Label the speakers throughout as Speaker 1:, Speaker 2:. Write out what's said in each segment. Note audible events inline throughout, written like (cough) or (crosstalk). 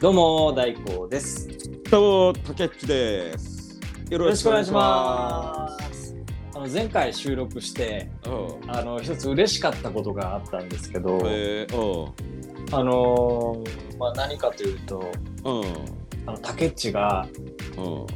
Speaker 1: どうも大光です。よ
Speaker 2: どうも竹内です。よ
Speaker 1: ろしくお願いします。あの前回収録して
Speaker 2: す。うん。
Speaker 1: あの一つ嬉しかったことがあったんですけど、
Speaker 2: えー、
Speaker 1: あのーまあ何かというと
Speaker 2: うん。うん。
Speaker 1: あの竹内が
Speaker 2: うん。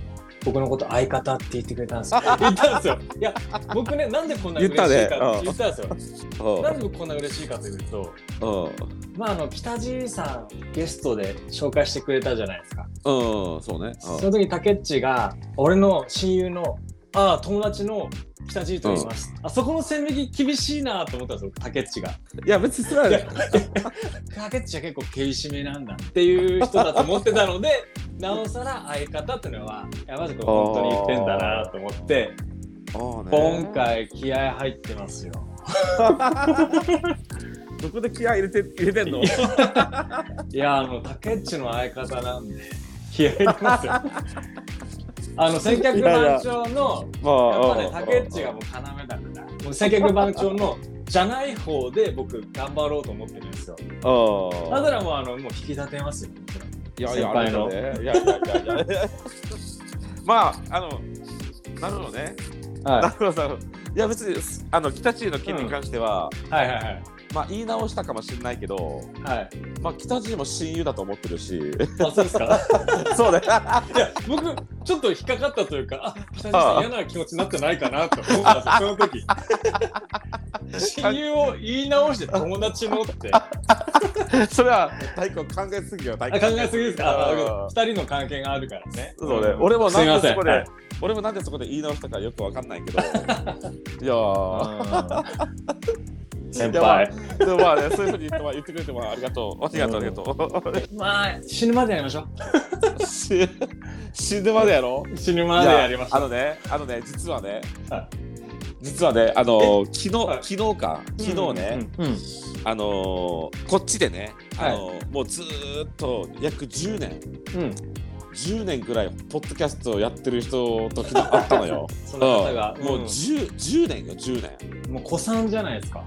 Speaker 1: 僕のこと相方って言ってくれたんです
Speaker 2: (laughs)
Speaker 1: よ。言ったんですよ。いや僕ねなんでこんな嬉しいか
Speaker 2: 言ったねうん
Speaker 1: 言ったんですよ。なんで僕こんな嬉しいかというと。
Speaker 2: う
Speaker 1: まあ、あの北地さんゲストで紹介してくれたじゃないですか、
Speaker 2: ん。うん。そうね。
Speaker 1: その時竹内が俺の親友のああ友達の北地と言います、あそこの線引き厳しいなと思ったんですよ竹内
Speaker 2: (laughs)
Speaker 1: が
Speaker 2: うん、いや、別にそれはね。
Speaker 1: 竹内は結構厳しめなんだっていう人だと思ってた
Speaker 2: (laughs)
Speaker 1: のでなおさら相方っていうのはいやまずこれ本当に言ってんだなと思って
Speaker 2: ああね
Speaker 1: 今回気合入ってますよ
Speaker 2: どこで気合い入れて、入れてんの
Speaker 1: い。いやあの竹内の相方なんで気合入れてます
Speaker 2: (laughs)
Speaker 1: よあの千客番長の
Speaker 2: ま
Speaker 1: やっぱ
Speaker 2: あ、
Speaker 1: ね、竹内がもう要だから、もう接客番長のじゃない方で僕頑張ろうと思ってるんですよ。
Speaker 2: うん。
Speaker 1: だからもうあのもう引き立てますよ。もちろん
Speaker 2: いやいや、
Speaker 1: 先輩の
Speaker 2: あれだねいやいやいやいや。まあ、あの。なるほどね。なる
Speaker 1: は
Speaker 2: ほど、なるほど。いや、別に、あの、北地の件に関しては。
Speaker 1: いはいはい
Speaker 2: まあ、言い直したかもしれないけど。
Speaker 1: はい。はい。
Speaker 2: まあ、北地も親友だと思ってるし。
Speaker 1: あそうですか。
Speaker 2: (laughs) そうね。
Speaker 1: いや僕ちょっと引っかかったというか、あ北島さん嫌な気持ちになってないかなと思ったんですよ。その時。親友を言い直して友達のってあ
Speaker 2: それは太鼓考えすぎよ、太
Speaker 1: 考
Speaker 2: 鼓。
Speaker 1: えすぎですか。あ
Speaker 2: うん
Speaker 1: なるほど二人の関係があるからね。
Speaker 2: そうね、俺も
Speaker 1: すみ
Speaker 2: な
Speaker 1: ま
Speaker 2: んで
Speaker 1: せ
Speaker 2: そ
Speaker 1: ん。
Speaker 2: こ
Speaker 1: は
Speaker 2: で
Speaker 1: い、
Speaker 2: 俺もなんでそこで言い直したかよくわかんないけ
Speaker 1: (laughs)
Speaker 2: ど。いやー、
Speaker 1: 先輩。
Speaker 2: でもまあね、そういうふうに言ってま言ってくれてもあり
Speaker 1: (laughs)
Speaker 2: がとう、ありがとう、ありがと
Speaker 1: まあ死ぬまでやりましょ
Speaker 2: う。し死ぬまでやろ。
Speaker 1: う。死ぬまでやりましょ
Speaker 2: あのね、あのね、実はね
Speaker 1: は。
Speaker 2: 実はね、あの昨
Speaker 1: はい
Speaker 2: 日、昨日か、
Speaker 1: う。
Speaker 2: 昨日ね、
Speaker 1: うん。うん
Speaker 2: あのーこっちでね、あのーもうずーっと約10年、
Speaker 1: うん。
Speaker 2: 10年ぐらいポッドキャストをやってる人と昨日会ったのよ。
Speaker 1: その方が
Speaker 2: うんもうう 10, 10年よ10年
Speaker 1: もう子さんじゃないですか。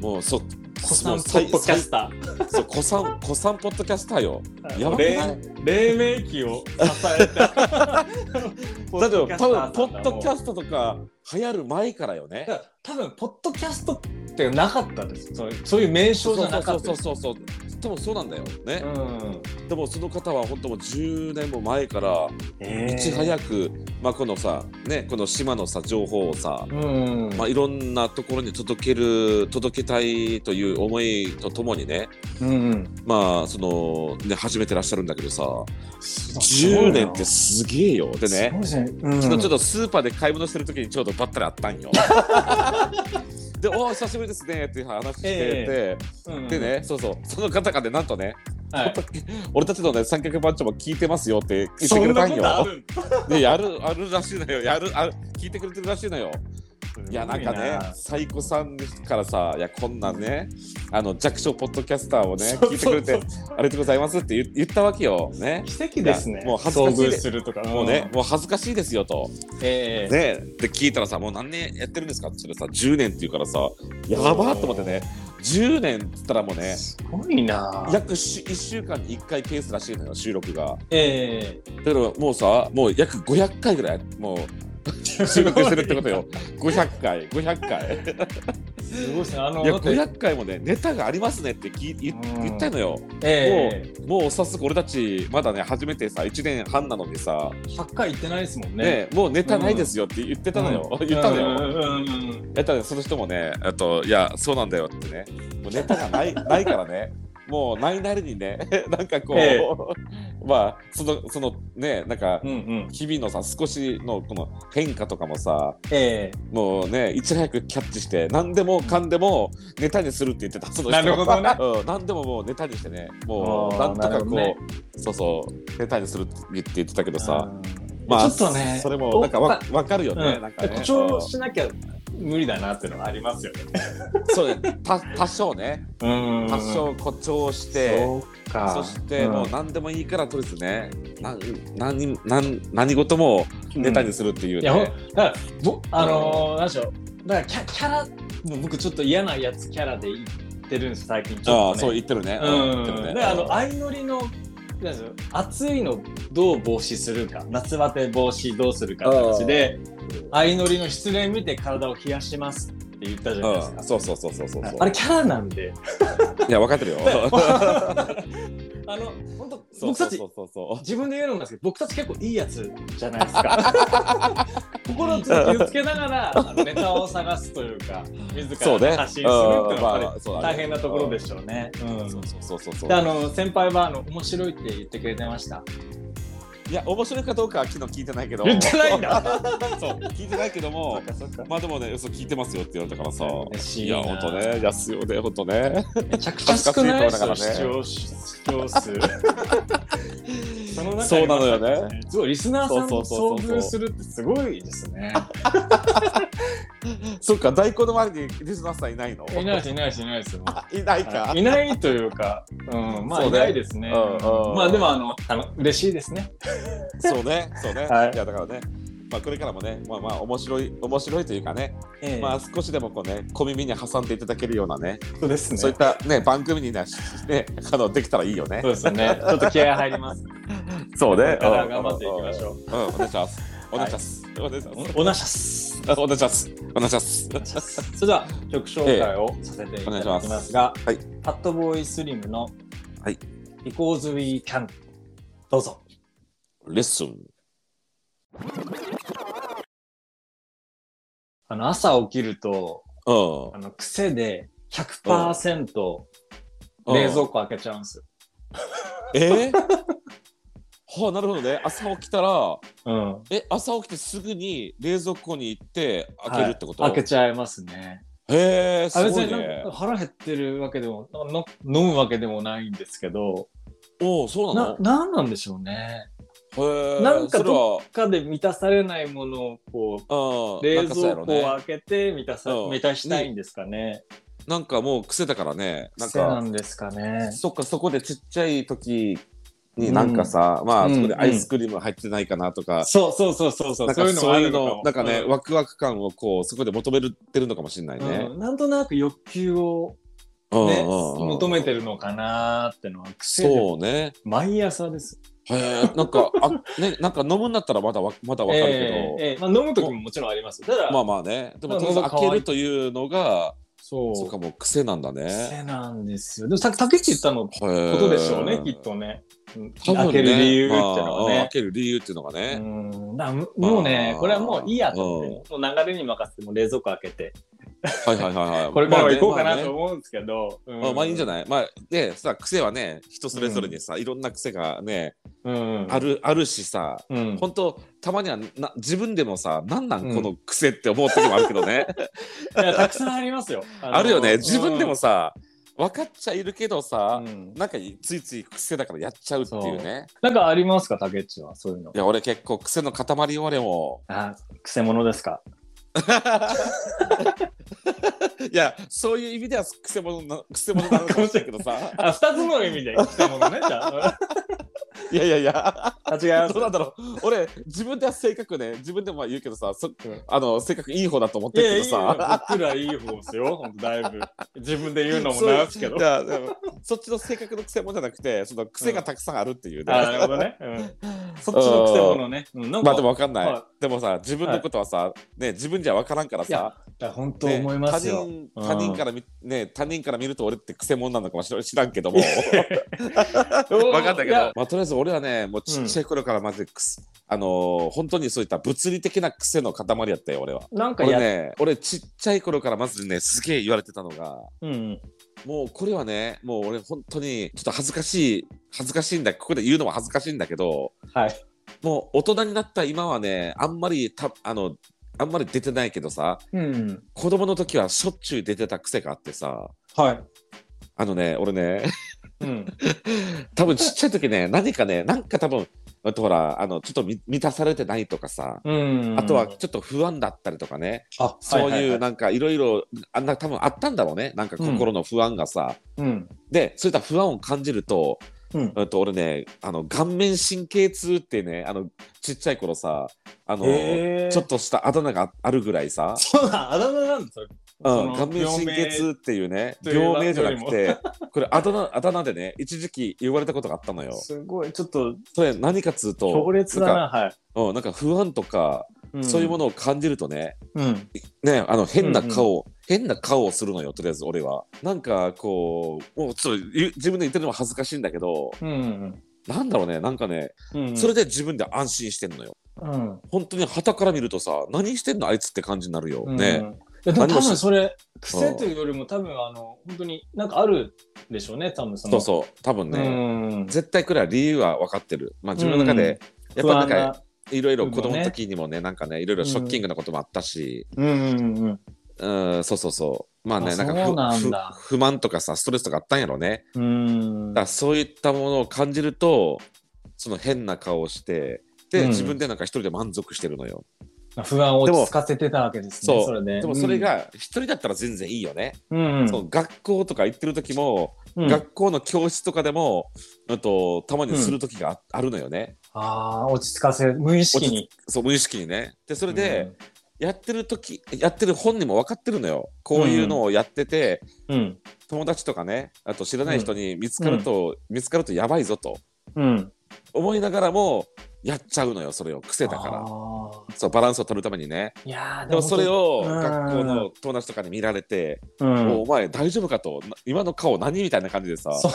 Speaker 2: もうそ
Speaker 1: 子さん
Speaker 2: もう
Speaker 1: ポ
Speaker 2: 最
Speaker 1: ッドキャスタ
Speaker 2: 最そう子さん子さんポッドキャスター
Speaker 1: (laughs)
Speaker 2: よ
Speaker 1: ー。
Speaker 2: やばくない
Speaker 1: 黎黎明期を支
Speaker 2: (laughs)
Speaker 1: えた。
Speaker 2: だって多分ポッドキャ
Speaker 1: ス
Speaker 2: ストとか流行る前からよね
Speaker 1: ト。多分ポッドキャストってなかったです。そうそういう名称じゃなかった
Speaker 2: そ
Speaker 1: で
Speaker 2: う
Speaker 1: す。
Speaker 2: そうそうそう多分そうなんだよね
Speaker 1: う、ん。
Speaker 2: でもその方は本当もう10年も前から
Speaker 1: え
Speaker 2: いち早く、まあ、このさねこの島のさ情報をさ
Speaker 1: うん。
Speaker 2: まあ、いろんなところに届ける届けたいという思いとともにね
Speaker 1: うん。
Speaker 2: まあそのね始めてらっしゃるんだけどさ、10年ってすげえよでね
Speaker 1: すごいね。うん
Speaker 2: 昨日ちょっとスーパーで買い物してる時にちょうどばったり会った
Speaker 1: (laughs)
Speaker 2: んよで「おー久しぶりですね」っていう話してて、
Speaker 1: えうん
Speaker 2: で。ねそうそうその方がねなんとね
Speaker 1: はい。
Speaker 2: 俺たちのね三脚番長も聞いてますよって言って
Speaker 1: そ
Speaker 2: く
Speaker 1: ん
Speaker 2: れた
Speaker 1: なんことあ
Speaker 2: よ
Speaker 1: る。
Speaker 2: でやるあるらしいのよやるある聞いてくれてるらしいのよいやなんかね
Speaker 1: す
Speaker 2: サイコさんからさいやこんなねあの弱小ポッドキャスターをね
Speaker 1: ごいな
Speaker 2: 聞いてくれて
Speaker 1: そうそう
Speaker 2: ありがとうございますって言言ったわけよね
Speaker 1: 奇跡です
Speaker 2: い
Speaker 1: ね。
Speaker 2: やもう恥ずかしい
Speaker 1: 遭遇するとか。
Speaker 2: もうね、もう恥ずかしいですよと。
Speaker 1: うん。ええ。
Speaker 2: ね、で聞いたらさ、もう何年やってるんですかって言ったらさ、10年って言うからさ、やばーと思ってね、10年って言ったらもうね、
Speaker 1: すごいな。
Speaker 2: 約し1週間に1回ケースらしいのよ、収録が。
Speaker 1: ええ。
Speaker 2: だからもうさ、もう約500回ぐらい、もう収録してるってことよ。500回、500回。
Speaker 1: (laughs) すごいですね。あの
Speaker 2: いや、
Speaker 1: だって
Speaker 2: 500回もね、ネタがありますねって聞い言
Speaker 1: うん
Speaker 2: 言ったのよ。
Speaker 1: え
Speaker 2: もう早速俺たち、まだね、初めてさ、1年半なのにさ、
Speaker 1: え8回行ってないですもんね。
Speaker 2: ね、もうネタないですよって言ってたのよ。 (laughs) 言ったのよ。
Speaker 1: うんうんうんうん
Speaker 2: やったらねその人もね、あと、いや、そうなんだよってね、もうネタがないないか
Speaker 1: (laughs)
Speaker 2: らね、もうないなりにね、 (laughs) なんかこう、
Speaker 1: ええ
Speaker 2: まあ、その、そのね、なんか
Speaker 1: う、んうん。
Speaker 2: 日々のさ、少しのこの変化とかもさ、
Speaker 1: え
Speaker 2: もうね、いち早くキャッチして、何でもかんでもネタにするって言ってた、その
Speaker 1: な
Speaker 2: 人
Speaker 1: るほどね
Speaker 2: (laughs) うん、何でももうネタにしてね、も
Speaker 1: あ
Speaker 2: う、
Speaker 1: ー
Speaker 2: なんと
Speaker 1: な
Speaker 2: か
Speaker 1: る
Speaker 2: こ
Speaker 1: ほ
Speaker 2: う、
Speaker 1: どね
Speaker 2: そうそう、ネタにするって言ってたけ
Speaker 1: え。
Speaker 2: どさ、
Speaker 1: うん
Speaker 2: まあ、
Speaker 1: ちょっとね、
Speaker 2: それも、なんかわ
Speaker 1: お
Speaker 2: わかるよね、
Speaker 1: うん
Speaker 2: なんかね。
Speaker 1: 誇張しなきゃ無理だなっていうのはありますよね。
Speaker 2: そうね、た多少ね。
Speaker 1: うん
Speaker 2: 多少誇張して、
Speaker 1: そうか。
Speaker 2: そして
Speaker 1: ん
Speaker 2: もう何でもいいからとりあえずね、な何何何事もネタにするっていう
Speaker 1: いや、ほん
Speaker 2: ね。
Speaker 1: だから、ぼあのー、なんでしょう。だからキャキャラ、もう僕ちょっと嫌なやつキャラで言ってるんです、最近ちょっと、ね。
Speaker 2: ああそう言ってるね。
Speaker 1: うん
Speaker 2: 言ってるね
Speaker 1: であの相乗りのなんですよ暑いのどう防止するか夏バテ防止どうするかって話で相乗りの失恋見て体を冷やしますって言ったじゃないです
Speaker 2: う
Speaker 1: か
Speaker 2: ん、そうそうそうそうそうそう
Speaker 1: あれキャラなんで
Speaker 2: いや分かってるよ (laughs)
Speaker 1: (laughs) あの本当
Speaker 2: そう
Speaker 1: 僕
Speaker 2: そ
Speaker 1: た
Speaker 2: う
Speaker 1: ち
Speaker 2: そうそうそ
Speaker 1: 自分で言うのもなんですけど僕たち結構いいやつじゃないですか
Speaker 2: (laughs)
Speaker 1: 心をちょっと気をつけながらあのネタを探すというか自
Speaker 2: そう
Speaker 1: ら
Speaker 2: ね
Speaker 1: 発信するっていうのは
Speaker 2: うんま
Speaker 1: や
Speaker 2: あ
Speaker 1: っ
Speaker 2: そう
Speaker 1: ぱ
Speaker 2: だ
Speaker 1: り大
Speaker 2: ね
Speaker 1: 変なところでしょうね。うん
Speaker 2: うそうそうそうそう
Speaker 1: であの先輩はあの面白いって言ってくれてました。
Speaker 2: いや面白いかどうかは昨日聞いてないけど
Speaker 1: 言ってないんだ。
Speaker 2: (laughs) そう聞いてないけども
Speaker 1: かそっか。
Speaker 2: まあでもね嘘聞いてますよって言われたからさ
Speaker 1: 嬉し
Speaker 2: い
Speaker 1: いな
Speaker 2: や本当ね安いよね本当ね
Speaker 1: めちゃくちゃ少ないですよ、
Speaker 2: 恥ずかしい
Speaker 1: 視
Speaker 2: 顔
Speaker 1: 聴視聴
Speaker 2: (laughs)
Speaker 1: 数。その中に
Speaker 2: そうなのよね。
Speaker 1: すごいリスナーさんと
Speaker 2: そうそ
Speaker 1: 遭
Speaker 2: うそうそう
Speaker 1: 遇するってすごいですね。
Speaker 2: そっか大根の周りにリスナーさんいないの
Speaker 1: いないですいないですいないです。もう
Speaker 2: いないか
Speaker 1: いないというか、うん、まあ
Speaker 2: そ
Speaker 1: いう
Speaker 2: ね
Speaker 1: ないですね。
Speaker 2: うんうん
Speaker 1: まあでもあのあの嬉しいですね。
Speaker 2: そうねそうね、
Speaker 1: はい
Speaker 2: い、やだからねまあこれからもねまあまあ面白い面白いというかね、
Speaker 1: ええ
Speaker 2: まあ少しでもこうね小耳に挟んでいただけるようなね
Speaker 1: そうですね。
Speaker 2: そ
Speaker 1: そう
Speaker 2: いったね番組にねしねあのできたらいいよね
Speaker 1: うです
Speaker 2: (laughs)
Speaker 1: ね。ちょっと気合入ります。
Speaker 2: そ
Speaker 1: こ
Speaker 2: うね
Speaker 1: れから頑張っていきましょう
Speaker 2: うんうんお願いしますお願いします、お願いします
Speaker 1: おおなしゃす。
Speaker 2: あお願いしますお願いします
Speaker 1: それでは曲紹介をさせていただきますが、
Speaker 2: ええお願いし
Speaker 1: ファットボーイスリムの
Speaker 2: はい
Speaker 1: 「Because We Can」どうぞ。
Speaker 2: レッスン
Speaker 1: あの朝起きると
Speaker 2: うん
Speaker 1: あの癖で100%冷蔵庫開けちゃうんですよ。
Speaker 2: えー、 (laughs) はあなるほどね朝起きたら
Speaker 1: うん、
Speaker 2: え朝起きてすぐに冷蔵庫に行って開けるってこと、
Speaker 1: はい開けちゃいますね。
Speaker 2: へえす
Speaker 1: あ別
Speaker 2: ごい
Speaker 1: に
Speaker 2: ね
Speaker 1: なんか腹減ってるわけでもの飲むわけでもないんですけど
Speaker 2: おおそう
Speaker 1: な
Speaker 2: なの
Speaker 1: なんなんでしょうね。
Speaker 2: へえ
Speaker 1: なんか
Speaker 2: それは
Speaker 1: 他で満たされないものをこう
Speaker 2: あーな
Speaker 1: 冷
Speaker 2: んかそうや
Speaker 1: 蔵
Speaker 2: ろ
Speaker 1: 庫を
Speaker 2: ね、
Speaker 1: 開けて満たさ、
Speaker 2: うん
Speaker 1: 満たしたいんですかね。
Speaker 2: なんかもう癖だからねなん
Speaker 1: 癖な
Speaker 2: か
Speaker 1: んですかね。
Speaker 2: そっかそこでちっちゃい時になんかさ、ま
Speaker 1: う
Speaker 2: あ
Speaker 1: ん
Speaker 2: そこでアイスクリーム入ってないかなとか、
Speaker 1: そうそうそうそうそう。
Speaker 2: なんかそういう
Speaker 1: も
Speaker 2: の
Speaker 1: ある
Speaker 2: なんかね、
Speaker 1: も
Speaker 2: ワクワク感をこうそこで求めてるのかもしれない
Speaker 1: うん
Speaker 2: ね
Speaker 1: う。んなんとなく欲求を
Speaker 2: うん
Speaker 1: ね、
Speaker 2: うんうん
Speaker 1: 求めてるのかなーってのは癖で
Speaker 2: そうね。
Speaker 1: 毎朝です。
Speaker 2: へえ、なんか、あ、ね、 (laughs) なんか飲むんだったら、まだわ、まだわかるけど。
Speaker 1: ええええまあ飲む時ももちろんあります。ただ
Speaker 2: まあまあね、でも、
Speaker 1: まあ
Speaker 2: とりあえず開
Speaker 1: 喉
Speaker 2: け
Speaker 1: 乾い
Speaker 2: るというのが、
Speaker 1: そう
Speaker 2: そうかも、癖なんだね。
Speaker 1: 癖なんですよ。でもさ竹って言ったのこ
Speaker 2: こと
Speaker 1: でしょうね、きっ。とね。うん
Speaker 2: 多
Speaker 1: 開
Speaker 2: 分ね
Speaker 1: ける理由っていうのは
Speaker 2: まあ
Speaker 1: ね
Speaker 2: 開。ける理由っていうのがね。
Speaker 1: うんだからむもうね
Speaker 2: あ、ー
Speaker 1: これはもういいやと思って、もう流れに任せてもう冷蔵庫開けて、
Speaker 2: はいはいはいはい。
Speaker 1: (laughs) これからは行こうか
Speaker 2: まあ
Speaker 1: な
Speaker 2: ね
Speaker 1: と思うんですけど、
Speaker 2: まあねまあまあいいんじゃ
Speaker 1: ない
Speaker 2: ないまあでさ癖はね人それぞれにさ、いろんな癖がね
Speaker 1: うん
Speaker 2: あるあるしさ
Speaker 1: うん
Speaker 2: 本当たまにはな自分でもさなんなん
Speaker 1: うん
Speaker 2: この癖って思う時もあるけどね、
Speaker 1: いやたくさんありますよ。 (laughs) あの
Speaker 2: あるよね自分でも、さ、分かっちゃいるけど
Speaker 1: う
Speaker 2: さ、
Speaker 1: ん
Speaker 2: なんかついつい癖だからやっちゃうっていうね
Speaker 1: なんかありますか、竹内は、そういうの
Speaker 2: い。や俺結構癖の塊よ俺も
Speaker 1: あ、くせ者ですか。
Speaker 2: いやそういう意味では癖者な癖者なのかもしれないけどさ
Speaker 1: あ、二つの意味で、くせ者ね、じ
Speaker 2: (laughs)
Speaker 1: ゃあ。
Speaker 2: いやいやいや
Speaker 1: あ違いま
Speaker 2: どうなんだろう俺自分では性格ね自分でもまあ言うけどさそ
Speaker 1: うん
Speaker 2: あの性格いい方だと思っ
Speaker 1: い
Speaker 2: てる
Speaker 1: やい
Speaker 2: け
Speaker 1: い
Speaker 2: ど
Speaker 1: よ
Speaker 2: さ
Speaker 1: 僕らいい方ですよ、本当だいぶ。自分で言うのも
Speaker 2: そう
Speaker 1: なんですけど
Speaker 2: い。やでもそっちの性格の癖もじゃなくてその癖がたくさんあるっていうね、
Speaker 1: あ、なるほどね。うん (laughs) そっちのくせ者ね。うんなん
Speaker 2: ま
Speaker 1: か
Speaker 2: あでも分かんない、
Speaker 1: は
Speaker 2: でもさ自分のことはさ、ね自分じゃ分からんから
Speaker 1: いや
Speaker 2: さ、
Speaker 1: いや本当
Speaker 2: ね
Speaker 1: 思いますよ。
Speaker 2: 他人他人から見、ね他人から見ると俺って癖者なのかもしれない知らんけども (laughs)
Speaker 1: うん
Speaker 2: 分かんないけ
Speaker 1: い
Speaker 2: ど
Speaker 1: や
Speaker 2: まあとりあえず俺はねもうちっちゃい頃からマジでくす、あのー本当にそういった物理的な癖の塊やったよ俺は
Speaker 1: なんか
Speaker 2: 俺
Speaker 1: や、
Speaker 2: ね俺ちっちゃい頃からまずねすげえ言われてたのが
Speaker 1: うん、
Speaker 2: もうこれはねもう俺本当にちょっと恥ずかしい恥ずかしいんだここで言うのも恥ずかしいんだけど
Speaker 1: はい。
Speaker 2: もう大人になった今はねあんまりたあのあんまり出てないけどさ
Speaker 1: うん、
Speaker 2: 子供の時はしょっちゅう出てた癖があってさ
Speaker 1: はい。
Speaker 2: あのね
Speaker 1: (laughs)
Speaker 2: 俺ね
Speaker 1: うん、
Speaker 2: 多分ちっちゃい時ね何かねなんか多分あとほらあのちょっとみ満たされてないとかさ
Speaker 1: うん
Speaker 2: あとは、ちょっと不安だったりとかね、
Speaker 1: あ、
Speaker 2: そう
Speaker 1: はは
Speaker 2: いう
Speaker 1: は、
Speaker 2: なんかいろいろあんな多分あったんだろうねなんか心の不安がさ、
Speaker 1: うん、
Speaker 2: でそういった不安を感じると
Speaker 1: うん
Speaker 2: うんと俺ねあの顔面神経痛ってねあのちっちゃい頃さあの
Speaker 1: へー
Speaker 2: ちょっとしたあだ名があるぐらいさ、
Speaker 1: そうなん、あだ名なんだ、それ。
Speaker 2: うん、
Speaker 1: そ
Speaker 2: 顔
Speaker 1: の
Speaker 2: 面神経痛っていうね
Speaker 1: 病名
Speaker 2: 病名じゃなくてこれあだ名あだ名でね一時期言われたことがあったのよ。
Speaker 1: すごい、ちょっと
Speaker 2: それ何かっつうと
Speaker 1: 強烈だな、はい。
Speaker 2: なんか,、うん、なんか不安とか、そういう
Speaker 1: の。
Speaker 2: ものを感じるとね
Speaker 1: うん。
Speaker 2: ねあの変な顔、変な顔をするのよとりあえず俺は。なんかこうもうちょっと言う自分で言ってるのも恥ずかしいんだけど
Speaker 1: うん。
Speaker 2: なんだろうねなんかね
Speaker 1: うん。
Speaker 2: それ
Speaker 1: で。
Speaker 2: で自分で安心してんのよ。
Speaker 1: うん。
Speaker 2: 本当に旗から見るとさ何してんのあいつって感じになるよ。ね。
Speaker 1: うん。でも多
Speaker 2: 何もし
Speaker 1: 分それ癖というよりも多分あの本当になんかあるでしょうね多分そ
Speaker 2: そ
Speaker 1: の
Speaker 2: うそう多分
Speaker 1: う
Speaker 2: ね、
Speaker 1: ん
Speaker 2: 絶対これは理由は分かってる。まあ自分の中で、やっぱなんかいろいろ子供の時にもねなんかねいろいろショッキングなこともあったし、
Speaker 1: 不安なうんうんうん
Speaker 2: うん、そうそうそうまあね
Speaker 1: あ
Speaker 2: なんか
Speaker 1: そうなんだ
Speaker 2: ふふ不満とかさストレスとかあったんやろね。
Speaker 1: うん
Speaker 2: だからそういったものを感じるとその変な顔をしてで、
Speaker 1: うん
Speaker 2: 自分でなんか一人で満足してるのよ。
Speaker 1: 不安を落ち着かせてたわけですね
Speaker 2: そう
Speaker 1: それで
Speaker 2: でもそれが一人だったら全然いいよね。
Speaker 1: うんうん
Speaker 2: その学校とか行ってる時も、
Speaker 1: うん
Speaker 2: 学校の教室とかでもあとたまにする時があ,、るのよね。
Speaker 1: ああ落ち着かせ無意識に
Speaker 2: そう無意識にね。でそれで、やってる時やってる本人も分かってるのよこういうのをやってて、
Speaker 1: うん
Speaker 2: 友達とかねあと知らない人に見つかると、見つかるとやばいぞと
Speaker 1: うん
Speaker 2: 思いながらもやっちゃうのよそれを癖だから
Speaker 1: ら
Speaker 2: そうバランスを取るためにね
Speaker 1: いやー
Speaker 2: でもそれを
Speaker 1: うん
Speaker 2: 学校の友達とかに見られて「
Speaker 1: うん
Speaker 2: おお前大丈夫か?」と「な今の顔何?」みたいな感じでさ
Speaker 1: そ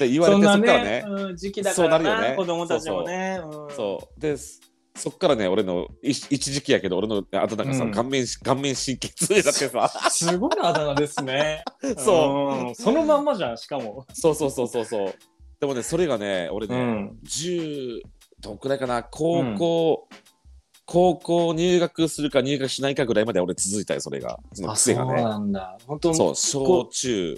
Speaker 2: で言われ
Speaker 1: そん
Speaker 2: て
Speaker 1: な
Speaker 2: そっから
Speaker 1: ね
Speaker 2: ね
Speaker 1: うん時期だから
Speaker 2: そうなるよ
Speaker 1: な
Speaker 2: ね
Speaker 1: 子供たちもね
Speaker 2: そうですそっからね俺のい一時期やけど俺のあとなんかさ、
Speaker 1: うん
Speaker 2: 顔面顔面神経痛になってさ
Speaker 1: うんすごいあだ名ですね
Speaker 2: (laughs) そう
Speaker 1: うんそのまんまじゃんしかも
Speaker 2: そうそうそうそうそう。でもね、それがね、俺
Speaker 1: う
Speaker 2: ね、
Speaker 1: ん
Speaker 2: 10どんくらいかな、高校、高校入学するか入学しないかぐらいまで俺続いたよ、それが。その
Speaker 1: あそ
Speaker 2: 癖
Speaker 1: う
Speaker 2: がね。
Speaker 1: なんだ本当
Speaker 2: そう、小中、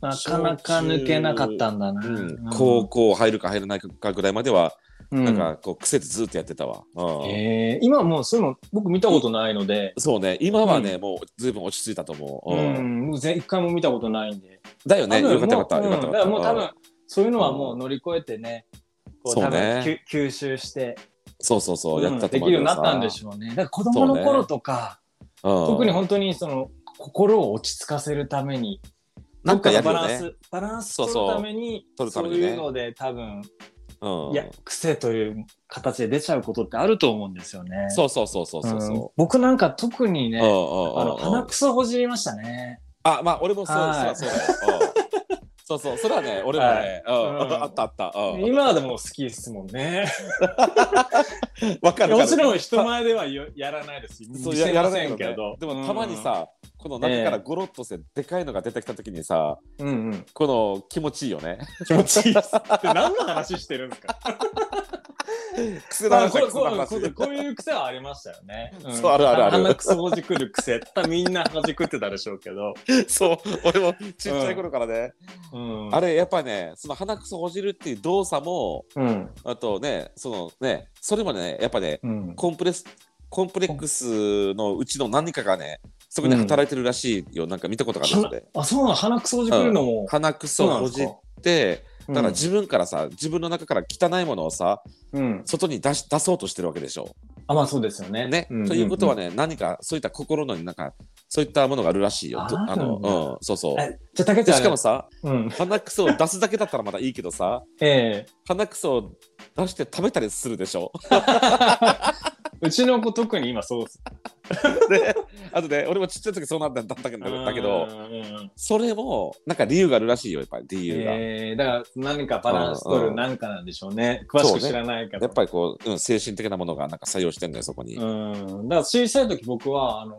Speaker 1: なかなか抜けなかったんだな、
Speaker 2: うん高校入るか入らないかぐらいまでは、
Speaker 1: うん
Speaker 2: なんかこう、癖でずっとやってたわ。うん
Speaker 1: えー今もうそういうの僕見たことないので、
Speaker 2: そうね、今はね、もうずいぶん落ち着いたと思う
Speaker 1: う
Speaker 2: うんん。
Speaker 1: 僕ぜ一回も見たことないんで、
Speaker 2: だよね、
Speaker 1: 多分
Speaker 2: よかったよかった。
Speaker 1: もう
Speaker 2: よかったよ
Speaker 1: うんだ
Speaker 2: かっ
Speaker 1: から
Speaker 2: た
Speaker 1: もう多
Speaker 2: うん
Speaker 1: 分そういうのはもう乗り越えてね、こ
Speaker 2: そ
Speaker 1: 多
Speaker 2: うね
Speaker 1: 分吸吸収して、
Speaker 2: そうそうそう、やっ
Speaker 1: うん
Speaker 2: た
Speaker 1: で
Speaker 2: と
Speaker 1: き
Speaker 2: 思
Speaker 1: るよう
Speaker 2: う
Speaker 1: に
Speaker 2: け
Speaker 1: な
Speaker 2: どさ
Speaker 1: ったんでしょうね。だから子供の頃とか、
Speaker 2: うん
Speaker 1: 特に本当にその心を落ち着かせるために、
Speaker 2: なんかやる
Speaker 1: どっ
Speaker 2: よ
Speaker 1: かのバラン
Speaker 2: ね。
Speaker 1: スバランス
Speaker 2: そう
Speaker 1: 取
Speaker 2: そう
Speaker 1: るために
Speaker 2: 取るた
Speaker 1: そ
Speaker 2: め
Speaker 1: う
Speaker 2: にね
Speaker 1: いうので多分、
Speaker 2: うん
Speaker 1: いや癖という形で出ちゃうことってあると思うんですよね。
Speaker 2: そうそうそうそうそう
Speaker 1: うん
Speaker 2: そ
Speaker 1: 僕なんか特に
Speaker 2: う。
Speaker 1: ね、
Speaker 2: うんうん
Speaker 1: あの
Speaker 2: うんうん
Speaker 1: 鼻くそほじりましたね。
Speaker 2: あ、まあ、俺もそう、
Speaker 1: はい
Speaker 2: そうそうだよ。うんそうそう、それはね、俺もね、
Speaker 1: い
Speaker 2: うん
Speaker 1: うん
Speaker 2: あったあった。うん
Speaker 1: 今でも好きですもんね。
Speaker 2: わかる。
Speaker 1: もち
Speaker 2: ん。
Speaker 1: ろん人前ではよやらないです。
Speaker 2: そう
Speaker 1: 見
Speaker 2: や
Speaker 1: せ
Speaker 2: やら
Speaker 1: ま
Speaker 2: な
Speaker 1: せ
Speaker 2: い
Speaker 1: ん
Speaker 2: の
Speaker 1: け
Speaker 2: け
Speaker 1: ど
Speaker 2: ど。。でもたまに、さ、この中からゴロッとして、でかいのが出てきたときにさ、
Speaker 1: うんうん、
Speaker 2: この気持ちいいよね。
Speaker 1: 気持
Speaker 2: (laughs)
Speaker 1: ちいいです。で何の話してるんですか
Speaker 2: 癖の話
Speaker 1: こ
Speaker 2: だ
Speaker 1: う
Speaker 2: 癖の
Speaker 1: こう
Speaker 2: 話
Speaker 1: こうこういう癖はありましたよね。ん
Speaker 2: そうあるあるある
Speaker 1: 鼻くそほじくる癖。みんなほじくってたでしょうけど。
Speaker 2: そう、俺もちっちゃい頃からね。
Speaker 1: うん
Speaker 2: あれ、やっぱね、その鼻くそほじるっていう動作も、
Speaker 1: うん
Speaker 2: あとね、そのね、それもね、やっぱね、
Speaker 1: うん
Speaker 2: コンプレス、コンプレックスのうちの何かがね、そこに働いてるらしいよ。なんか見たことがあるので。
Speaker 1: あ、そうなの鼻くそほじくるのも。
Speaker 2: 鼻くそをほじってだから自分からさ自分の中から汚いものをさ
Speaker 1: うんうん
Speaker 2: 外に出し出そうとしてるわけでしょ
Speaker 1: あ、まあそうですよね。
Speaker 2: ね、
Speaker 1: んんん
Speaker 2: ということはね何かそういった心のなんかそういったものがあるらしいよと
Speaker 1: あるんだ
Speaker 2: の、うん、そうそう
Speaker 1: えじゃあ、竹ち
Speaker 2: で
Speaker 1: ゃん、
Speaker 2: しかもさ
Speaker 1: うん、
Speaker 2: 鼻くそを出すだけだったらまだいいけどさ
Speaker 1: ええ
Speaker 2: 鼻くそを出して食べたりするで
Speaker 1: (laughs)
Speaker 2: しょ
Speaker 1: うちの子特に今そうです。
Speaker 2: であとね俺もちっちゃい時そうなったんだったけどだけど
Speaker 1: うんうんうん
Speaker 2: それもなんか理由があるらしいよやっぱり理由が。
Speaker 1: えーだから何かバランス取
Speaker 2: うんう
Speaker 1: る
Speaker 2: ん
Speaker 1: 何かなんでしょうね。詳しく知らないけど。
Speaker 2: やっぱりこう、うん、精神的なものがなんか作用してんだよそこに、うん
Speaker 1: うん。だから小さい時僕はあの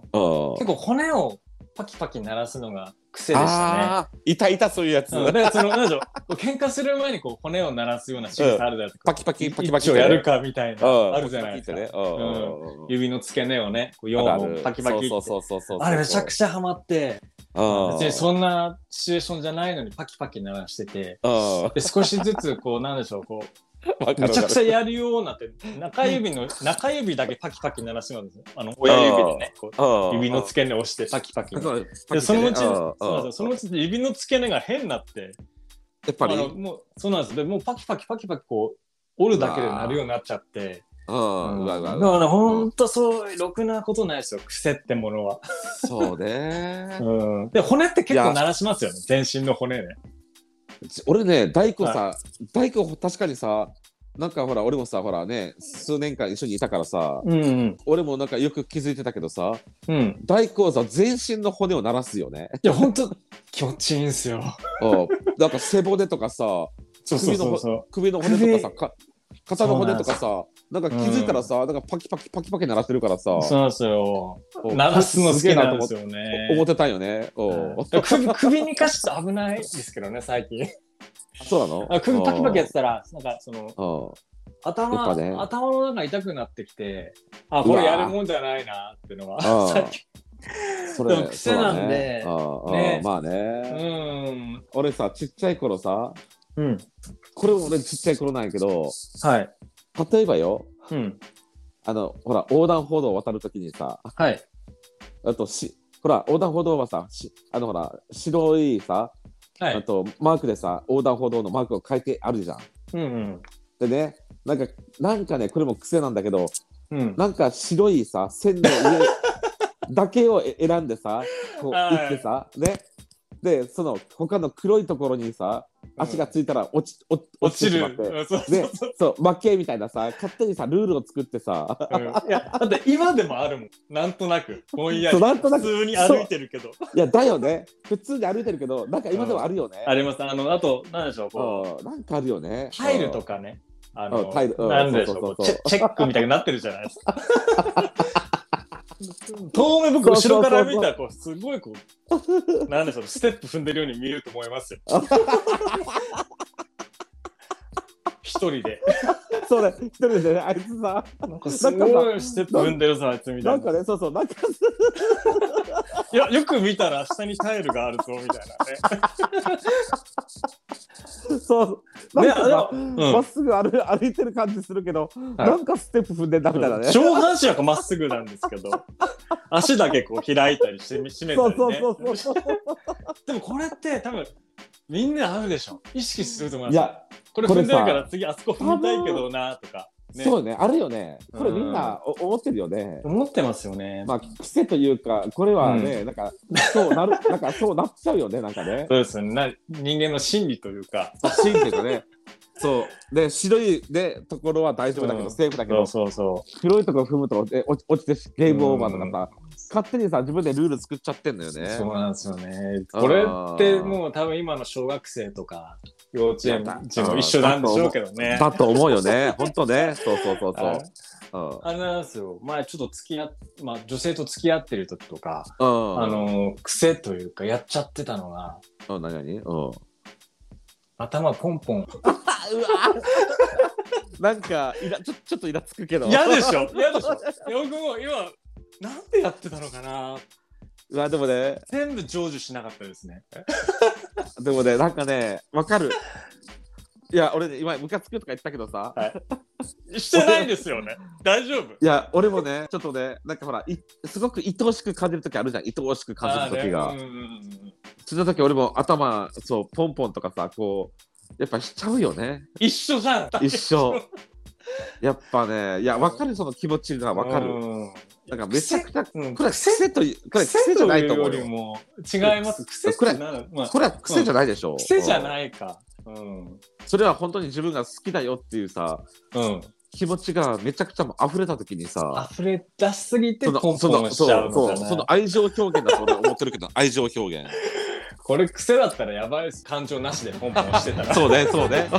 Speaker 1: 結構骨をパキパキ鳴らすのが癖でしたね。
Speaker 2: あーいたいたそういうやつ、
Speaker 1: うん、だからその何でしょう喧嘩する前にこう骨を鳴らすような仕草あるじゃないですか。
Speaker 2: パキパキパキパキ
Speaker 1: 一丁やるかみたいな、あるじゃないですか。
Speaker 2: ね、うん
Speaker 1: 指の付け根をね、こう4
Speaker 2: あるある
Speaker 1: 本パキパキって
Speaker 2: そうそうそうそうそう
Speaker 1: あれめちゃくちゃハマって、
Speaker 2: うん
Speaker 1: 別にそんなシチュエーションじゃないのにパキパキ鳴らしてて、
Speaker 2: うん
Speaker 1: で少しずつこうなんでしょう、こう
Speaker 2: わかるわかる
Speaker 1: めちゃくちゃやるようになって、中指の、中指だけパキパキ鳴らすようなんですよ。あの、親指でね、こ
Speaker 2: うん
Speaker 1: う指の付け根を押してパキパキ。
Speaker 2: そうパキパキね
Speaker 1: で、そのうち、
Speaker 2: う
Speaker 1: そ
Speaker 2: ん
Speaker 1: うそうそのうち指の付け根が変になって、
Speaker 2: やっぱり
Speaker 1: あのもうそうなんですでもうパキパキパキパキこう折るだけでなるようになっちゃって
Speaker 2: うんうわうわ
Speaker 1: だ
Speaker 2: うわ
Speaker 1: からほんとそうろくなことないですよ癖ってものは、
Speaker 2: そうね
Speaker 1: うん、で骨って結構鳴らしますよね全身の骨ね
Speaker 2: 俺ね大工さ大工確かにさなんかほら俺もさほらね数年間一緒にいたからさ
Speaker 1: うん
Speaker 2: 俺もなんかよく気づいてたけどさ
Speaker 1: うんうん
Speaker 2: 大工はさ全身の骨を鳴らすよ
Speaker 1: (laughs)
Speaker 2: ね
Speaker 1: いやほんと気持ちいいんすよ
Speaker 2: うんなんか背骨とかさ
Speaker 1: そうそうそうそ
Speaker 2: 首の骨とかさ
Speaker 1: 首
Speaker 2: か肩の骨とかさなんか気づいたらさ、なんかパキパキパキパキ鳴らしてるからさ
Speaker 1: うそうなんですよ
Speaker 2: うん
Speaker 1: 鳴らすの好
Speaker 2: げ
Speaker 1: き
Speaker 2: え
Speaker 1: なんで
Speaker 2: 思っ
Speaker 1: す
Speaker 2: て
Speaker 1: よね
Speaker 2: 思ってたんよね、うん
Speaker 1: うん首首にかして危ないですけどね最近
Speaker 2: (laughs) そうなの
Speaker 1: あ首パキパキやってたらなんかその
Speaker 2: うんやっ
Speaker 1: 頭、
Speaker 2: ぱね
Speaker 1: 頭の中痛くなってきてあこれ
Speaker 2: うわー
Speaker 1: やるもんじゃないなってのは
Speaker 2: あー
Speaker 1: (laughs) さっき
Speaker 2: それ
Speaker 1: でも癖なんで
Speaker 2: そうだ
Speaker 1: ね
Speaker 2: ねうんうんまあ
Speaker 1: う
Speaker 2: ね、
Speaker 1: ん
Speaker 2: 俺さちっちゃい頃さ
Speaker 1: うん
Speaker 2: これも俺ちっちゃい頃なんやけど
Speaker 1: はい
Speaker 2: 例えばよ
Speaker 1: うん
Speaker 2: あのほら横断歩道を渡るときにさ
Speaker 1: はい
Speaker 2: あとしほら横断歩道はさしあのほら白いさ、
Speaker 1: は
Speaker 2: あ
Speaker 1: い
Speaker 2: とマークでさ横断歩道のマークを書いてあるじゃん。
Speaker 1: うんうん
Speaker 2: でねなんかなんかねこれも癖なんだけど
Speaker 1: うん
Speaker 2: なんか白いさ線の上だけをえ選んでさこう
Speaker 1: はい
Speaker 2: 打ってさねでその他の黒いところにさ足がついたら落ち,、落
Speaker 1: 落ち
Speaker 2: てしま
Speaker 1: る
Speaker 2: っ
Speaker 1: う
Speaker 2: て。
Speaker 1: んそう
Speaker 2: でそう負けみたいなさ勝手にさルールを作ってさ
Speaker 1: うんいやだって今でもあるもんなんとなくぼんや
Speaker 2: そう
Speaker 1: り
Speaker 2: なんとな
Speaker 1: 普
Speaker 2: く
Speaker 1: 通に歩いてるけど
Speaker 2: いやだよね普通に歩いてるけどなんか今でもあるよね、
Speaker 1: ありますあのあとなんでしょうこ
Speaker 2: うんなんかあるよね
Speaker 1: うタイルとかねあ
Speaker 2: う
Speaker 1: の
Speaker 2: んタイルうん
Speaker 1: なんでしょう
Speaker 2: そうそう
Speaker 1: こ
Speaker 2: そううそ
Speaker 1: チ
Speaker 2: う
Speaker 1: ェチェックみたいになってるじゃないです
Speaker 2: (laughs)
Speaker 1: か遠目僕後ろから見たらこうすごいこうなんでしょうステップ踏んでるように見えると思い
Speaker 2: (laughs)
Speaker 1: ますよ一人で
Speaker 2: うんそうね一人でねあいつさ
Speaker 1: なんかすごいステップ踏んでるぞあいつみた
Speaker 2: ないんか
Speaker 1: な
Speaker 2: ねそうそうなんか
Speaker 1: いやよく見たら下にタイルがあるぞみたいなね
Speaker 2: そうなんかさ、
Speaker 1: ねでもうん
Speaker 2: まっすぐ歩歩いてる感じするけど、
Speaker 1: はい
Speaker 2: なんかステップ踏んでんだみたいなね、そ
Speaker 1: 上
Speaker 2: う
Speaker 1: 半身はこうまっすぐなんですけど足だけこう開いたりして締めたりね
Speaker 2: そうそうそう
Speaker 1: でもこれって多分みんなあるでしょ意識すると思います
Speaker 2: いや、
Speaker 1: これ踏んでるから次あそこ踏みたいけどなとか、ね、
Speaker 2: そうねあるよねこれみんなお思ってるよね、
Speaker 1: 思ってますよね、
Speaker 2: まあ癖というかこれはね、なんかそうなる (laughs) なんかそうなっちゃうよねなんかね
Speaker 1: そうですよねな人間の心理というか
Speaker 2: シーンっていうかねそうで白いでところは大丈夫だけど、
Speaker 1: うん
Speaker 2: セーフだけ
Speaker 1: そ
Speaker 2: ど
Speaker 1: うそうそ
Speaker 2: 黒いところ踏むとえ落ち落ちてしゲームオーバーとかさ、勝手にさ自分でルール作っちゃってんだよ
Speaker 1: う、
Speaker 2: ね
Speaker 1: そうなんですよね
Speaker 2: あー
Speaker 1: これってもう多分今の小学生とか幼稚園児も一緒なんでしょうけどね
Speaker 2: だと思うよね本当ねそうそうそう
Speaker 1: あ
Speaker 2: そう
Speaker 1: あれなんですよ前ちょっと付き合っ、まあ、女性と付き合ってる時とか、
Speaker 2: うんうん
Speaker 1: あの癖というかやっちゃってたのが
Speaker 2: うん何何うん
Speaker 1: 頭ポンポン
Speaker 2: なんかイラちょちょっとイラつくけど
Speaker 1: 嫌で
Speaker 2: (laughs)
Speaker 1: しょ嫌でしょ僕も今なんでやってたのかな
Speaker 2: うわでもね
Speaker 1: 全部成就しなかったですね。
Speaker 2: でもね、なんかね、わかる。いや、俺ね、今、ムカつくとか言ったけどさ、
Speaker 1: はいしてないですよ
Speaker 2: (laughs)
Speaker 1: ね。大丈夫。
Speaker 2: いや、俺もね、ちょっとね、なんかほら、いすごく愛おしく感じる時あるじゃん、愛おしく感じる時
Speaker 1: あ
Speaker 2: が
Speaker 1: ー。ねうんうんうん
Speaker 2: その時俺も頭、そう、ポンポンとかさ、こう、やっぱしちゃうよね、
Speaker 1: 一緒じゃん。
Speaker 2: 一緒。
Speaker 1: (laughs)
Speaker 2: やっぱね、いや、わかる、その気持ちがわかる。
Speaker 1: うん。
Speaker 2: なんかめちゃくちゃ、こ
Speaker 1: うん
Speaker 2: れは癖という、これは癖
Speaker 1: 癖
Speaker 2: じ
Speaker 1: と
Speaker 2: ゃない
Speaker 1: い
Speaker 2: と
Speaker 1: う
Speaker 2: 思
Speaker 1: よ
Speaker 2: う
Speaker 1: り
Speaker 2: よ。
Speaker 1: も違います。癖ってなんだまあ
Speaker 2: これは癖じゃないでしょ。
Speaker 1: 癖じゃ
Speaker 2: い。
Speaker 1: ないか。うん。
Speaker 2: それは本当に自分が好きだよっていうさ、
Speaker 1: うん。
Speaker 2: 気持ちがめちゃくちゃもう溢れた時にさ、
Speaker 1: 溢れ出しすぎて
Speaker 2: そ
Speaker 1: ポン
Speaker 2: のそ
Speaker 1: ポ
Speaker 2: の
Speaker 1: ンしちゃうの
Speaker 2: そう
Speaker 1: か
Speaker 2: そう
Speaker 1: な
Speaker 2: その愛情表現だと俺思ってる
Speaker 1: (laughs)
Speaker 2: けど愛情表現
Speaker 1: これ癖だったらやばいです。感情なしでポンポンしてたら。
Speaker 2: そうねそうね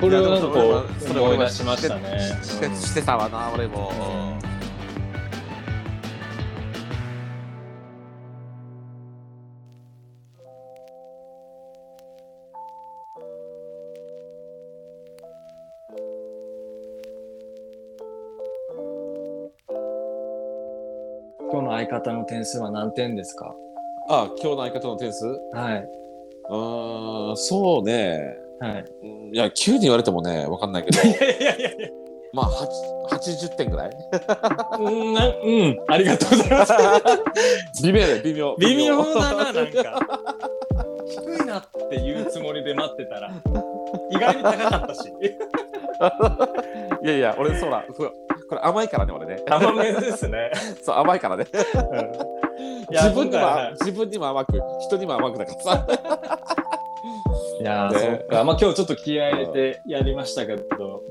Speaker 1: これをなんか
Speaker 2: (laughs) いや
Speaker 1: こう
Speaker 2: でもそれは
Speaker 1: 思い出しましたね。
Speaker 2: して
Speaker 1: うん
Speaker 2: してたわな俺も、
Speaker 1: 今日の相方の点数は何点ですか
Speaker 2: あ今日の相方の点数う
Speaker 1: はい。
Speaker 2: ーんそうね
Speaker 1: はい。
Speaker 2: うんいや9に言われてもねわかんない
Speaker 1: (laughs)
Speaker 2: けど
Speaker 1: いやいやいやいや。
Speaker 2: まあ8 80点ぐらい
Speaker 1: うん、なうん、ありがとう (laughs) ございます。
Speaker 2: 微妙だよ微妙 (laughs)
Speaker 1: 微妙だな、なんか。低いな、なって言うつもりで待ってたら、意外に高かったし。
Speaker 2: いやいや、俺そうだ。そうこれ甘いからね、俺ね。
Speaker 1: 甘めですね。
Speaker 2: そう、甘いからね。
Speaker 1: いや
Speaker 2: 自分
Speaker 1: 今
Speaker 2: にも
Speaker 1: 回は
Speaker 2: 甘自分にも甘く、人にも甘くだからさ。
Speaker 1: いやー、
Speaker 2: ね
Speaker 1: そっか。まあ今日ちょっと気合い入れてやりましたけど、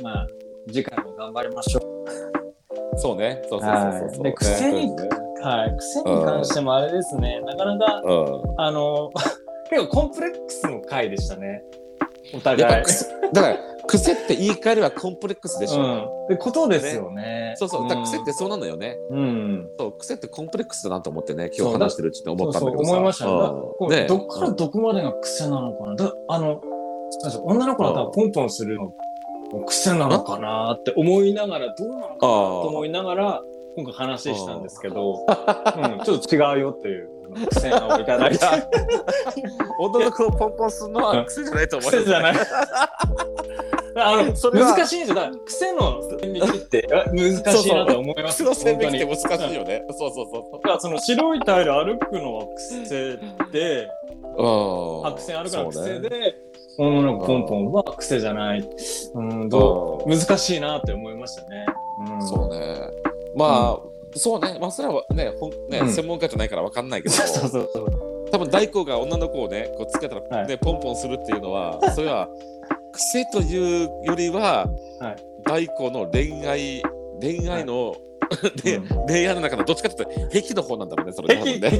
Speaker 1: まあ、次回も頑張りましょう。
Speaker 2: (laughs) そうね。そうそうそうそうそ
Speaker 1: は
Speaker 2: う。
Speaker 1: いで癖に
Speaker 2: ね
Speaker 1: はい。癖に関してもあれですね、なかなか、
Speaker 2: う
Speaker 1: あの、 (laughs) 結構コンプレックスの回でしたね。お
Speaker 2: ん。や
Speaker 1: 互
Speaker 2: っぱ
Speaker 1: い。
Speaker 2: 癖、だから、癖って言い換えればコンプレックスでしょ。
Speaker 1: うん。ってことですよね。
Speaker 2: そうそう、だから癖ってそうなのよね。
Speaker 1: うん。
Speaker 2: そう、癖ってコンプレックスだなと思ってね、今日話してるうちに思ったんだけ
Speaker 1: そう
Speaker 2: どさ。
Speaker 1: そう思いましたね。だからこ
Speaker 2: うん
Speaker 1: う
Speaker 2: ね
Speaker 1: どっからどこまでが癖なのかな。だあの、なんでしょう女の子だったらポンポンするのも癖なのかなって思いながら、どうなのかな
Speaker 2: ああ
Speaker 1: と思いながら、今回話したんですけど、うん、ちょっと違うよっていうあの癖をいただいて。
Speaker 2: 女の子をポンポンするのは癖じゃないと思うよ。
Speaker 1: (laughs) 癖
Speaker 2: (laughs)
Speaker 1: じゃない。あの
Speaker 2: それは
Speaker 1: 難しいんですよ。だから癖の線引きってあ難しいなと思います。
Speaker 2: 癖の線引きって
Speaker 1: 本
Speaker 2: 難しいよね。そうそうそう
Speaker 1: 当
Speaker 2: そう
Speaker 1: にだからその白いタイル歩くのは癖で、。
Speaker 2: あ
Speaker 1: 白線あるから癖
Speaker 2: そうね
Speaker 1: で、女の子ポンポンは癖じゃない。うん、ど
Speaker 2: ど
Speaker 1: う難しいなって思いましたね。うん、
Speaker 2: そうね。まあ、そうね。まあ、それはね、ほんね、
Speaker 1: うん
Speaker 2: 専門家じゃないからわかんないけど、
Speaker 1: そうそうそうそう。
Speaker 2: 多分大工が女の子をね、こうつけたら、ね
Speaker 1: はい
Speaker 2: ポンポンするっていうのは、それは癖というよりは、
Speaker 1: はい
Speaker 2: 大工の恋愛、恋愛の、で、
Speaker 1: うん
Speaker 2: 恋愛の中のどっちかって言ったら癖の方なんだろうね、それ多分
Speaker 1: 壁、壁 (laughs)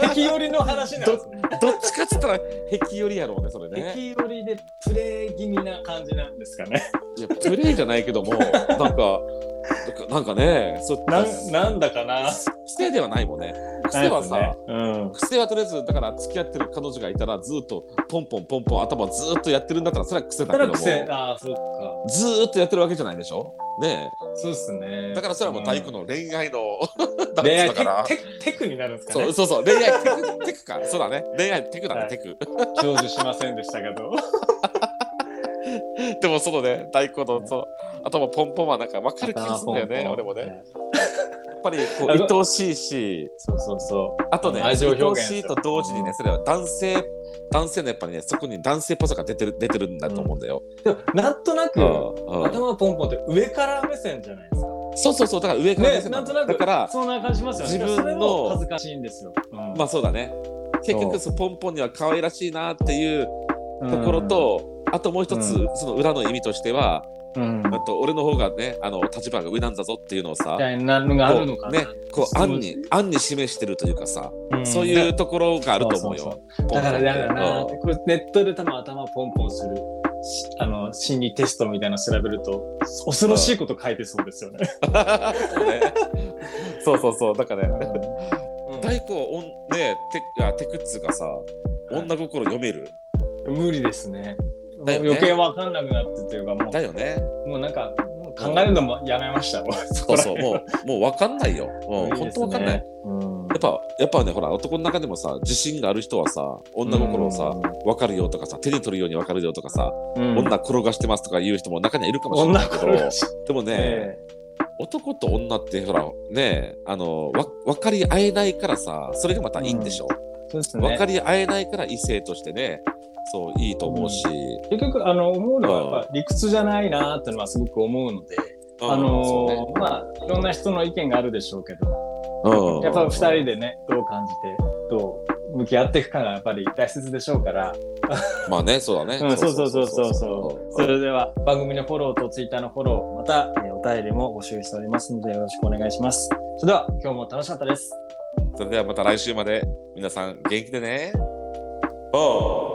Speaker 2: ね。、
Speaker 1: 壁寄りの話なんですね。
Speaker 2: どっちかって言ったら壁よりやろうね、それね。
Speaker 1: 壁寄りでプレイ気味な感じなんですかね。
Speaker 2: いや、プレイじゃないけども、なんか、なんかね、そ
Speaker 1: (laughs) なん、なんだかな。
Speaker 2: 癖ではないもんね。癖はさ、
Speaker 1: ないですね、うん。
Speaker 2: 癖はとりあえずだから付き合ってる彼女がいたらずっとポンポンポンポン頭ずっとやってるんだったらそれは癖だ
Speaker 1: た
Speaker 2: け
Speaker 1: だ
Speaker 2: ども
Speaker 1: 癖、ああ、そっか。
Speaker 2: ずーっとやってるわけじゃないでしょね
Speaker 1: そうです
Speaker 2: え
Speaker 1: ね。
Speaker 2: だからそれはもう体育
Speaker 1: の。
Speaker 2: の恋愛の (laughs) ダ
Speaker 1: 恋
Speaker 2: ン
Speaker 1: 愛
Speaker 2: スだから
Speaker 1: テク、テクテクになるんですか
Speaker 2: そ
Speaker 1: ね
Speaker 2: う。そうそう恋愛テクテクかそうだね恋愛テクだ
Speaker 1: は
Speaker 2: ね
Speaker 1: い
Speaker 2: テク
Speaker 1: 成就しませんでしたけど。
Speaker 2: でもそのね太鼓のその頭ポンポンはなんか分かる気がするんだよね俺もねや。っぱりこう
Speaker 1: あの
Speaker 2: 愛おしいし
Speaker 1: そうそうそう。
Speaker 2: あとね
Speaker 1: 愛
Speaker 2: 愛
Speaker 1: 情表
Speaker 2: お
Speaker 1: 現
Speaker 2: しいと同時に
Speaker 1: う
Speaker 2: ね
Speaker 1: ん
Speaker 2: それは男性男性のやっぱりねそこに男性っぽさが出てる出てるんだと思うんだよ、
Speaker 1: でもなんとな
Speaker 2: う
Speaker 1: く、
Speaker 2: んうん
Speaker 1: 頭ポンポンって上から目線じゃないですか。
Speaker 2: そうそうそうだから上から目
Speaker 1: ね、
Speaker 2: 線
Speaker 1: な
Speaker 2: なんん
Speaker 1: と
Speaker 2: だ
Speaker 1: なく
Speaker 2: だから
Speaker 1: そんな感じしますよね。
Speaker 2: 自分の
Speaker 1: それも恥ずかしいんですよ。うん
Speaker 2: まあそうだね結局そのポンポンには可愛らしいなっていうところ、と、あともう一つ、
Speaker 1: う
Speaker 2: その裏の意味としては、
Speaker 1: うん、
Speaker 2: あと俺の方がねあの立場が上なんだぞっていうのをさ
Speaker 1: みたいなのがあるの
Speaker 2: こ
Speaker 1: か
Speaker 2: う
Speaker 1: な。
Speaker 2: ねこう案に暗に示してるというかさ、
Speaker 1: ん
Speaker 2: そういうところがあると思うよ。
Speaker 1: そうそう
Speaker 2: ポンポ
Speaker 1: だ
Speaker 2: ン
Speaker 1: からだからな、
Speaker 2: うん
Speaker 1: これネットで多分頭ポンポンするしあの心理テストみたいなの調べると恐ろしいこと書いてそうですよね。
Speaker 2: そうねそうそうそうだからね
Speaker 1: うん
Speaker 2: 大工をおんねテクあテクっつうかさ女心読める、
Speaker 1: 無理ですね。
Speaker 2: だよね
Speaker 1: 余計わかんなくなってというかも
Speaker 2: だよね
Speaker 1: うもうなんかもう考えるのもやめました。も
Speaker 2: そうそうもうもう分かんないよ、もう
Speaker 1: 無理
Speaker 2: 本
Speaker 1: です
Speaker 2: 当
Speaker 1: ね
Speaker 2: 分かんない。
Speaker 1: うん
Speaker 2: やっぱ、やっぱね、ほら、男の中でもさ、自信がある人はさ、女心をさ、分かるよとかさ、手に取るように分かるよとかさ、
Speaker 1: うん、
Speaker 2: 女転がしてますとか言う人も中にはいるかもしれ
Speaker 1: 女
Speaker 2: ないけ
Speaker 1: 心
Speaker 2: ど
Speaker 1: が、し
Speaker 2: でもね、男と女ってほら、ね、あの、わ分かり合えないからさ、それがまたいいんでしょ。
Speaker 1: そうです
Speaker 2: 分
Speaker 1: ね
Speaker 2: か。り合えないから異性としてね、そう、いいと思うし、
Speaker 1: 結局あの思うのはやっぱ理屈じゃないなーってのはすごく思うので、
Speaker 2: うん
Speaker 1: あ
Speaker 2: そう
Speaker 1: の
Speaker 2: ね
Speaker 1: ーまあいろんな人の意見があるでしょうけど、
Speaker 2: うん
Speaker 1: やっぱ二人でねどう感じてどう向き合っていくかがやっぱり大切でしょうから、
Speaker 2: まあね、そうだね。
Speaker 1: うん、そうそうそうそうそう。
Speaker 2: う
Speaker 1: それでは番組のフォローとツイッターのフォローまた、えーお便りも募集しておりますのでよろしくお願いします。それでは今日も楽しかったです。
Speaker 2: んそれではまた来週まで、皆さん元気でね。おう